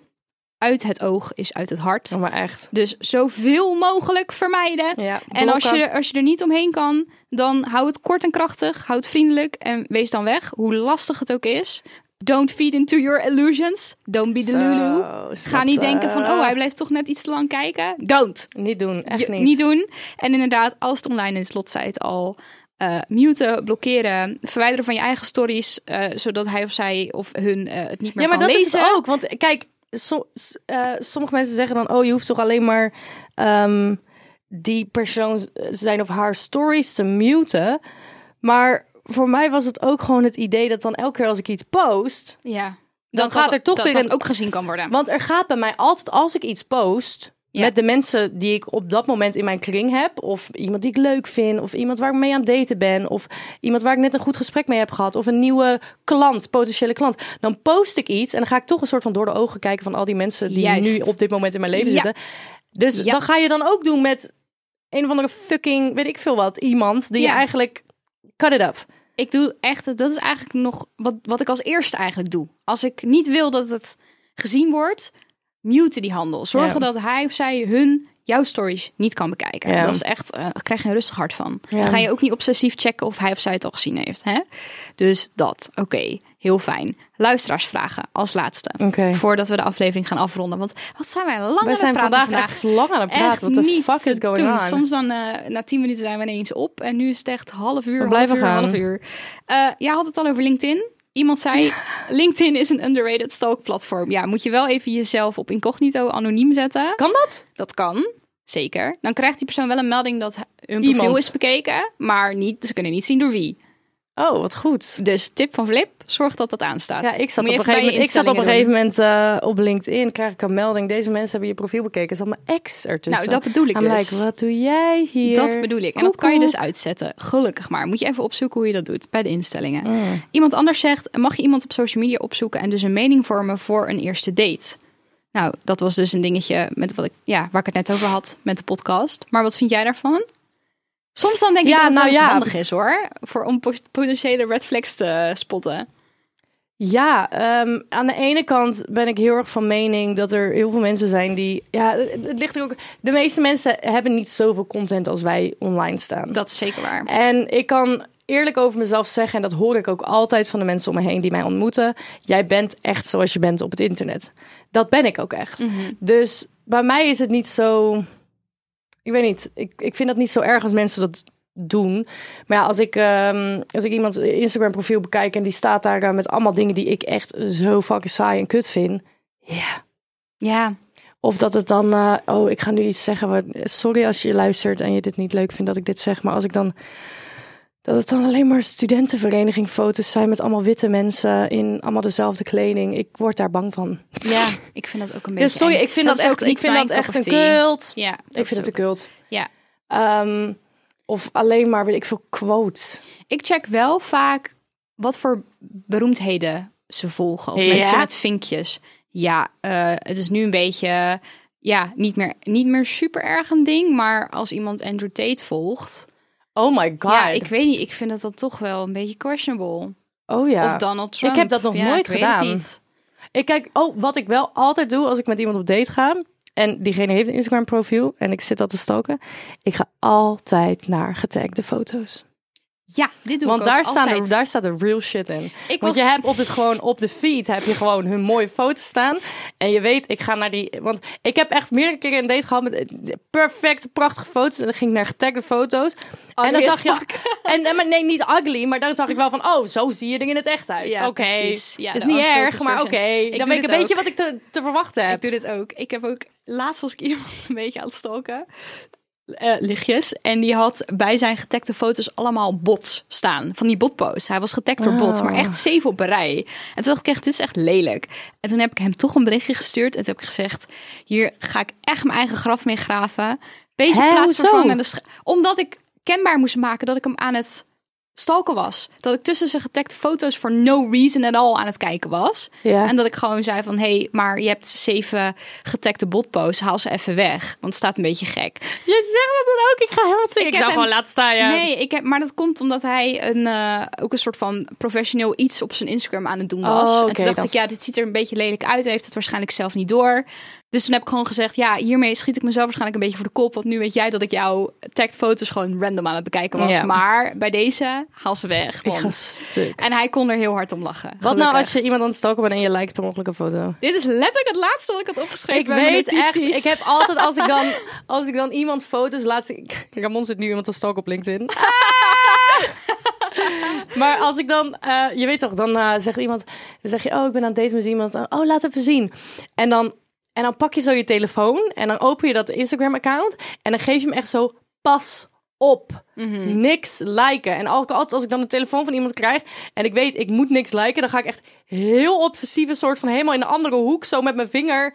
Speaker 2: uit het oog is uit het hart.
Speaker 1: Oh, maar echt.
Speaker 2: Dus zoveel mogelijk vermijden.
Speaker 1: Ja,
Speaker 2: en als
Speaker 1: blokken.
Speaker 2: je, als je er niet omheen kan, dan hou het kort en krachtig, houd het vriendelijk en wees dan weg, hoe lastig het ook is. Don't feed into your illusions. Don't be the Lulu. Ga niet denken van, oh, hij blijft toch net iets te lang kijken. Don't.
Speaker 1: Niet doen, eh? echt
Speaker 2: Je-
Speaker 1: niet.
Speaker 2: doen. En inderdaad, als het online is, lot zei het al. eh, muten, blokkeren, verwijderen van je eigen stories, eh, zodat hij of zij of hun eh, het niet meer
Speaker 1: ja, maar
Speaker 2: kan
Speaker 1: dat is
Speaker 2: lezen.
Speaker 1: het ook. Want kijk, so- s- eh, sommige mensen zeggen dan... oh, je hoeft toch alleen maar ehm, die persoon z- zijn of haar stories te muten. Maar voor mij was het ook gewoon het idee dat dan elke keer als ik iets post...
Speaker 2: Ja. Dan
Speaker 1: Dan gaat er toch
Speaker 2: dat,
Speaker 1: weer
Speaker 2: dat
Speaker 1: een-
Speaker 2: ook gezien kan worden.
Speaker 1: Want er gaat bij mij altijd, als ik iets post...
Speaker 2: Ja.
Speaker 1: Met de mensen die ik op dat moment in mijn kring heb. Of iemand die ik leuk vind. Of iemand waar ik mee aan het daten ben. Of iemand waar ik net een goed gesprek mee heb gehad. Of een nieuwe klant, potentiële klant. Dan post ik iets en dan ga ik toch een soort van door de ogen kijken van al die mensen die
Speaker 2: Juist.
Speaker 1: nu op dit moment in mijn leven
Speaker 2: Ja.
Speaker 1: zitten. Dus
Speaker 2: Ja.
Speaker 1: dan ga je dan ook doen met een of andere fucking, weet ik veel wat, iemand die
Speaker 2: Ja.
Speaker 1: je eigenlijk... Cut it up.
Speaker 2: Ik doe echt, dat is eigenlijk nog wat, wat ik als eerste eigenlijk doe. Als ik niet wil dat het gezien wordt, muten die handel. Zorgen
Speaker 1: Ja.
Speaker 2: dat hij of zij hun, jouw stories niet kan bekijken.
Speaker 1: Ja.
Speaker 2: Dat is echt, eh, daar krijg je een rustig hart van.
Speaker 1: Ja.
Speaker 2: Dan ga je ook niet obsessief checken of hij of zij het al gezien heeft. Hè? Dus dat, oké, heel fijn. Luisteraarsvragen als laatste.
Speaker 1: Oké.
Speaker 2: Voordat we de aflevering gaan afronden. Want wat zijn wij lang aan
Speaker 1: Wij
Speaker 2: het
Speaker 1: zijn
Speaker 2: praten
Speaker 1: vandaag
Speaker 2: vandaag.
Speaker 1: echt lang aan het praten. Wat de
Speaker 2: niet
Speaker 1: fuck is
Speaker 2: te
Speaker 1: going
Speaker 2: doen.
Speaker 1: on?
Speaker 2: Soms dan eh, na tien minuten zijn we ineens op. En nu is het echt half uur, half
Speaker 1: blijven
Speaker 2: uur,
Speaker 1: gaan.
Speaker 2: half uur. Eh, jij had het al over LinkedIn. Iemand zei, LinkedIn is een underrated stalkplatform. Ja, moet je wel even jezelf op incognito anoniem zetten.
Speaker 1: Kan dat?
Speaker 2: Dat kan, zeker. Dan krijgt die persoon wel een melding dat hun profiel
Speaker 1: Iemand.
Speaker 2: is bekeken. Maar niet, ze kunnen niet zien door wie.
Speaker 1: Oh, wat goed.
Speaker 2: Dus tip van Flip, zorg dat dat aanstaat.
Speaker 1: Ja, ik zat, op
Speaker 2: Moet
Speaker 1: een,
Speaker 2: je even bij
Speaker 1: gegeven
Speaker 2: je
Speaker 1: moment, ik zat op een
Speaker 2: instellingen
Speaker 1: gegeven moment eh, op LinkedIn, krijg ik een melding. Deze mensen hebben je profiel bekeken. Zat mijn ex ertussen.
Speaker 2: Nou, dat bedoel ik
Speaker 1: I'm
Speaker 2: dus.
Speaker 1: like, wat doe jij hier?
Speaker 2: Dat bedoel ik. En dat kan je
Speaker 1: Koekoek.
Speaker 2: dus uitzetten. Gelukkig maar. Moet je even opzoeken hoe je dat doet bij de instellingen.
Speaker 1: Mm.
Speaker 2: Iemand anders zegt, mag je iemand op social media opzoeken en dus een mening vormen voor een eerste date? Nou, dat was dus een dingetje met wat ik, ja, waar ik het net over had met de podcast. Maar wat vind jij daarvan? Soms dan denk ik
Speaker 1: Ja,
Speaker 2: dat het
Speaker 1: nou
Speaker 2: wel eens
Speaker 1: ja.
Speaker 2: handig is hoor. Voor, om po- potentiële red flags te spotten.
Speaker 1: Ja, ehm, aan de ene kant ben ik heel erg van mening dat er heel veel mensen zijn die. Ja, het, het ligt er ook. De meeste mensen hebben niet zoveel content als wij online staan.
Speaker 2: Dat is zeker waar.
Speaker 1: En ik kan eerlijk over mezelf zeggen, en dat hoor ik ook altijd van de mensen om me heen die mij ontmoeten. Jij bent echt zoals je bent op het internet. Dat ben ik ook echt. Dus bij mij is het niet zo. Ik weet niet. Ik, ik vind dat niet zo erg als mensen dat doen. Maar ja, als ik, ehm, als ik iemands Instagram profiel bekijk en die staat daar eh, met allemaal dingen die ik echt zo fucking saai en kut vind. Ja.
Speaker 2: Ja,
Speaker 1: Of dat het dan, eh, oh, ik ga nu iets zeggen. Wat, sorry als je luistert en je dit niet leuk vindt dat ik dit zeg. Maar als ik dan. Dat het dan alleen maar studentenvereniging foto's zijn met allemaal witte mensen in allemaal dezelfde kleding. Ik word daar bang van.
Speaker 2: ja, Dus ik vind dat ook een beetje.
Speaker 1: Ja, sorry,
Speaker 2: eng.
Speaker 1: ik vind dat,
Speaker 2: is
Speaker 1: echt,
Speaker 2: ook niet
Speaker 1: ik vind
Speaker 2: mijn
Speaker 1: dat echt
Speaker 2: cup
Speaker 1: een
Speaker 2: of tea.
Speaker 1: cult.
Speaker 2: Ja,
Speaker 1: ik vind het een cult.
Speaker 2: Ja.
Speaker 1: Ehm, of alleen maar, weet ik veel, quotes.
Speaker 2: Ik check wel vaak wat voor beroemdheden ze volgen. Of
Speaker 1: Ja?
Speaker 2: mensen met vinkjes. Ja, eh, het is nu een beetje... Ja, niet meer, niet meer super erg een ding. Maar als iemand Andrew Tate volgt...
Speaker 1: Oh my god.
Speaker 2: Ja, ik weet niet. Ik vind dat dat toch wel een beetje questionable.
Speaker 1: oh ja.
Speaker 2: Of Donald Trump.
Speaker 1: Ik heb dat nog
Speaker 2: Ja,
Speaker 1: nooit
Speaker 2: ik weet het
Speaker 1: gedaan.
Speaker 2: niet.
Speaker 1: Ik kijk, oh, wat ik wel altijd doe als ik met iemand op date ga. En diegene heeft een Instagram profiel en ik zit dat te stalken. Ik ga altijd naar getagde foto's.
Speaker 2: Ja, dit doe
Speaker 1: Want
Speaker 2: ik ook
Speaker 1: daar, staan
Speaker 2: altijd.
Speaker 1: er, daar staat er real shit in. want
Speaker 2: Ik was-
Speaker 1: je hebt op, het, gewoon, op de feed heb je gewoon hun mooie foto's staan. En je weet, ik ga naar die... Want ik heb echt meerdere keren een date gehad met eh, perfecte, prachtige foto's. En dan ging ik naar getagde foto's. en dan
Speaker 2: Ugly as
Speaker 1: zag je...
Speaker 2: (laughs)
Speaker 1: En, en, maar nee, niet ugly, maar dan zag ik wel van... Oh, zo zie je er in het echt uit.
Speaker 2: Ja,
Speaker 1: oké,
Speaker 2: precies. Ja,
Speaker 1: is
Speaker 2: de
Speaker 1: niet
Speaker 2: unfiltered
Speaker 1: erg, maar oké.
Speaker 2: version. Ik
Speaker 1: Dan
Speaker 2: doe
Speaker 1: weet ik
Speaker 2: dit
Speaker 1: een beetje
Speaker 2: ook.
Speaker 1: wat ik te, te verwachten heb.
Speaker 2: Ik doe dit ook. Ik heb ook laatst was ik (laughs) iemand een beetje aan het stalken. Eh, lichtjes. En die had bij zijn getagde foto's allemaal bots staan. Van die botposts. Hij was getagd door bots. Maar
Speaker 1: Ah.
Speaker 2: echt zeven op een rij. En toen dacht ik echt, dit is echt lelijk. En toen heb ik hem toch een berichtje gestuurd. En toen heb ik gezegd, hier ga ik echt mijn eigen graf mee graven. Beetje
Speaker 1: Hè,
Speaker 2: plaatsvervangende... sch- Omdat ik kenbaar moest maken dat ik hem aan het stalken was. Dat ik tussen zijn getagde foto's voor no reason at all aan het kijken was.
Speaker 1: Ja.
Speaker 2: En dat ik gewoon zei van, hé, hey, maar je hebt zeven getagde botposts, haal ze even weg. Want het staat een beetje gek.
Speaker 1: Je zegt dat dan ook. Ik ga helemaal zingen.
Speaker 2: Ik heb een-
Speaker 1: laten staan, ja.
Speaker 2: Nee, ik heb, maar dat komt omdat hij een, eh, ook een soort van professioneel iets op zijn Instagram aan het doen was.
Speaker 1: Oh,
Speaker 2: en
Speaker 1: oké,
Speaker 2: toen dacht
Speaker 1: dat
Speaker 2: ik,
Speaker 1: is-
Speaker 2: ja, dit ziet er een beetje lelijk uit. Hij heeft het waarschijnlijk zelf niet door. Dus toen heb ik gewoon gezegd, ja, hiermee schiet ik mezelf waarschijnlijk een beetje voor de kop. Want nu weet jij dat ik jouw tagged foto's gewoon random aan het bekijken was.
Speaker 1: Ja.
Speaker 2: Maar bij deze, haal ze weg.
Speaker 1: Ik ga
Speaker 2: want-
Speaker 1: stuk.
Speaker 2: En hij kon er heel hard om lachen.
Speaker 1: Wat nou
Speaker 2: gelukkig.
Speaker 1: als je iemand aan het stalken bent en je liked per ongeluk een foto?
Speaker 2: Dit is letterlijk het laatste wat ik had opgeschreven.
Speaker 1: Ik
Speaker 2: bij mijn
Speaker 1: weet echt,
Speaker 2: notities.
Speaker 1: ik heb altijd als ik dan, als ik dan iemand foto's laat zien. Kijk, Ramon zit nu iemand te stalken op LinkedIn. maar als ik dan, eh, je weet toch, dan eh, zegt iemand, dan zeg je, oh ik ben aan het daten met iemand. Oh laat even zien. En dan, en dan pak je zo je telefoon en dan open je dat Instagram account en dan geef je hem echt zo pas op. Niks liken. En al- altijd als ik dan de telefoon van iemand krijg en ik weet ik moet niks liken, dan ga ik echt heel obsessief een soort van helemaal in een andere hoek, zo met mijn vinger,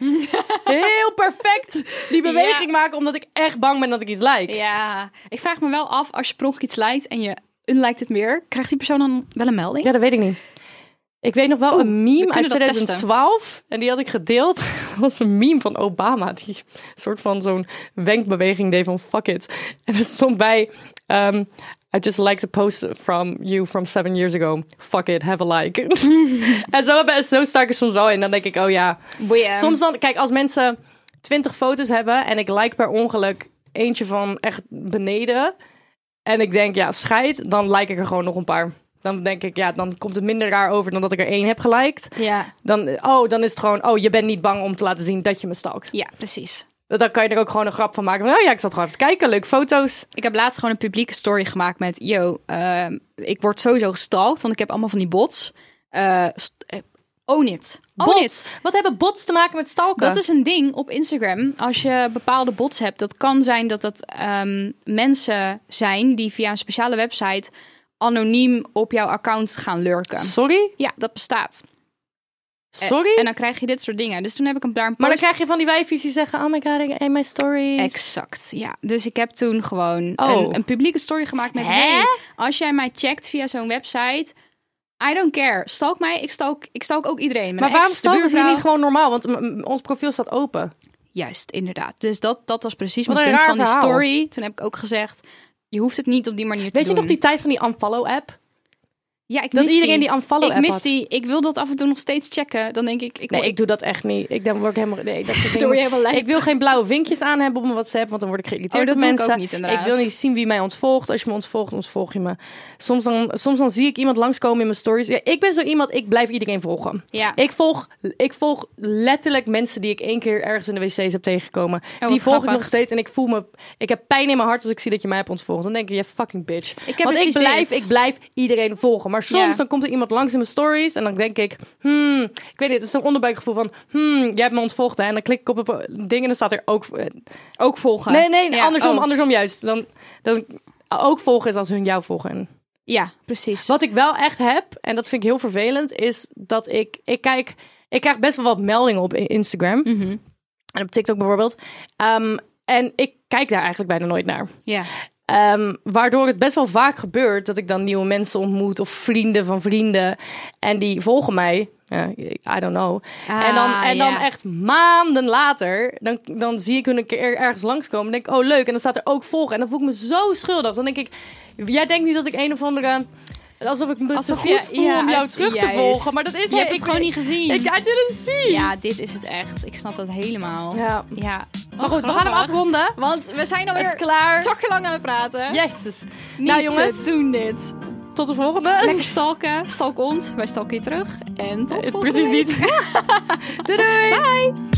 Speaker 1: heel perfect die beweging maken, omdat ik echt bang ben dat ik iets like.
Speaker 2: Ja, ik vraag me wel af, als je per ongeluk iets lijkt en je unliked het meer, krijgt die persoon dan wel een melding?
Speaker 1: Ja, dat weet ik niet. Ik weet nog wel een meme
Speaker 2: kunnen
Speaker 1: uit
Speaker 2: dat testen.
Speaker 1: 2012. En die had ik gedeeld. (laughs) Dat was een meme van Obama. Die soort van zo'n wenkbeweging deed van fuck it. En er stond bij... ehm, I just liked a post from you from seven years ago. Fuck it, have a like. (laughs) en zo, hebben- zo sta ik er soms wel in. Dan denk ik, oh ja.
Speaker 2: Boeien.
Speaker 1: Soms dan... Kijk, als mensen twintig foto's hebben... en ik like per ongeluk eentje van echt beneden... En ik denk, ja, scheid, dan like ik er gewoon nog een paar. Dan denk ik, ja, dan komt het minder raar over dan dat ik er één heb geliked.
Speaker 2: Ja.
Speaker 1: Dan, oh, dan is het gewoon, oh, je bent niet bang om te laten zien dat je me stalkt.
Speaker 2: Ja, precies.
Speaker 1: Dan kan je er ook gewoon een grap van maken. Van, oh ja, ik zat gewoon even te kijken, leuke foto's.
Speaker 2: Ik heb laatst gewoon een publieke story gemaakt met, yo, ehm, ik word sowieso gestalkt, want ik heb allemaal van die bots. Eh st- eh, own it. Own it.
Speaker 1: Bots. Oh, Wat hebben bots te maken met stalken?
Speaker 2: Dat is een ding op Instagram. Als je bepaalde bots hebt, dat kan zijn dat dat ehm, mensen zijn die via een speciale website anoniem op jouw account gaan lurken.
Speaker 1: Sorry?
Speaker 2: Ja, dat bestaat. Eh,
Speaker 1: Sorry?
Speaker 2: En dan krijg je dit soort dingen. Dus toen heb ik een daar een
Speaker 1: maar dan
Speaker 2: post-
Speaker 1: krijg je van die wijfjes die zeggen, oh my god, ik in mijn stories.
Speaker 2: Exact, ja. Dus ik heb toen gewoon
Speaker 1: Oh.
Speaker 2: een, een publieke story gemaakt met...
Speaker 1: Hè?
Speaker 2: Hey, als jij mij checkt via zo'n website... I don't care. Stalk mij. Ik stalk, ik stalk ook iedereen. Mijn
Speaker 1: maar waarom
Speaker 2: ex, de
Speaker 1: stalken ze hier
Speaker 2: buurvrouw.
Speaker 1: niet gewoon normaal? Want mm, mm, ons profiel staat open.
Speaker 2: Juist, inderdaad. Dus dat, dat was precies
Speaker 1: Wat
Speaker 2: mijn
Speaker 1: een
Speaker 2: punt
Speaker 1: raar
Speaker 2: van die
Speaker 1: verhaal.
Speaker 2: story. Toen heb ik ook gezegd... je hoeft het niet op die manier te
Speaker 1: Weet je
Speaker 2: doen.
Speaker 1: nog die tijd van die unfollow-app?
Speaker 2: Ja, ik
Speaker 1: Dat
Speaker 2: mis
Speaker 1: iedereen
Speaker 2: die.
Speaker 1: die unfollow-app
Speaker 2: Ik mis
Speaker 1: had.
Speaker 2: die. Ik wil dat af en toe nog steeds checken. Dan denk ik, ik,
Speaker 1: Nee,
Speaker 2: word-
Speaker 1: ik doe dat echt niet. Ik dan word ik helemaal... Nee,
Speaker 2: (laughs)
Speaker 1: dat soort dingen-
Speaker 2: word je helemaal lijp.
Speaker 1: Ik wil geen blauwe vinkjes aan hebben op mijn WhatsApp, want dan word ik geïrriteerd
Speaker 2: Oh, dat
Speaker 1: door
Speaker 2: doe ik
Speaker 1: mensen.
Speaker 2: ook niet, inderdaad.
Speaker 1: Ik wil niet zien wie mij ontvolgt. Als je me ontvolgt, ontvolg je me. Soms dan, soms dan zie ik iemand langskomen in mijn stories. Ja, ik ben zo iemand, ik blijf iedereen volgen.
Speaker 2: Ja.
Speaker 1: Ik, volg, ik volg letterlijk mensen die ik één keer ergens in de wc's heb tegengekomen. die
Speaker 2: wat
Speaker 1: volg ik
Speaker 2: grappig.
Speaker 1: nog steeds en ik voel me... Ik heb pijn in mijn hart als ik zie dat je mij hebt ontvolgd. Dan denk ik, je fucking bitch.
Speaker 2: heb
Speaker 1: Want ik
Speaker 2: precies
Speaker 1: blijf,
Speaker 2: dit.
Speaker 1: ik blijf iedereen volgen. Maar soms
Speaker 2: Ja.
Speaker 1: dan komt er iemand langs in mijn stories en dan denk ik... Hmm, ik weet niet, het is een onderbuikgevoel van... Hmm, jij hebt me ontvolgd hè. En dan klik ik op een ding en dan staat er ook... eh,
Speaker 2: ook volgen.
Speaker 1: Nee, nee,
Speaker 2: Ja,
Speaker 1: andersom,
Speaker 2: oh.
Speaker 1: andersom juist. Dan, dan ook volgen is als hun jou volgen. En
Speaker 2: Ja, precies.
Speaker 1: Wat ik wel echt heb, en dat vind ik heel vervelend, is dat ik, ik kijk, ik krijg best wel wat meldingen op in- Instagram
Speaker 2: Mhm.
Speaker 1: en op TikTok bijvoorbeeld. Ehm, en ik kijk daar eigenlijk bijna nooit naar.
Speaker 2: Ja.
Speaker 1: Ehm, waardoor het best wel vaak gebeurt dat ik dan nieuwe mensen ontmoet of vrienden van vrienden. En die volgen mij. Ja, I don't know.
Speaker 2: Ah,
Speaker 1: en dan, en dan
Speaker 2: ja.
Speaker 1: echt maanden later, dan, dan zie ik hun een keer ergens langskomen. En denk ik, oh leuk. En dan staat er ook volgen. En dan voel ik me zo schuldig. Dan denk ik, jij denkt niet dat ik een of andere... Alsof ik me
Speaker 2: Alsof
Speaker 1: te goed
Speaker 2: je-
Speaker 1: voel
Speaker 2: ja,
Speaker 1: om jou
Speaker 2: het-
Speaker 1: terug te
Speaker 2: juist.
Speaker 1: volgen. Maar dat is
Speaker 2: Je hebt
Speaker 1: ik-
Speaker 2: het gewoon niet gezien.
Speaker 1: Ik, I didn't see.
Speaker 2: Ja, dit is het echt. Ik snap dat helemaal.
Speaker 1: Ja.
Speaker 2: ja.
Speaker 1: Maar goed, we gaan hem afronden.
Speaker 2: Want we zijn alweer
Speaker 1: Het is klaar.
Speaker 2: zak lang aan het praten.
Speaker 1: Jezus.
Speaker 2: Niet
Speaker 1: nou jongens,
Speaker 2: te doen dit.
Speaker 1: tot de volgende.
Speaker 2: Lekker stalken. Stalk ons. Wij stalken je terug. En tot volgende
Speaker 1: Eh, Precies
Speaker 2: week.
Speaker 1: niet. doei doei.
Speaker 2: Bye.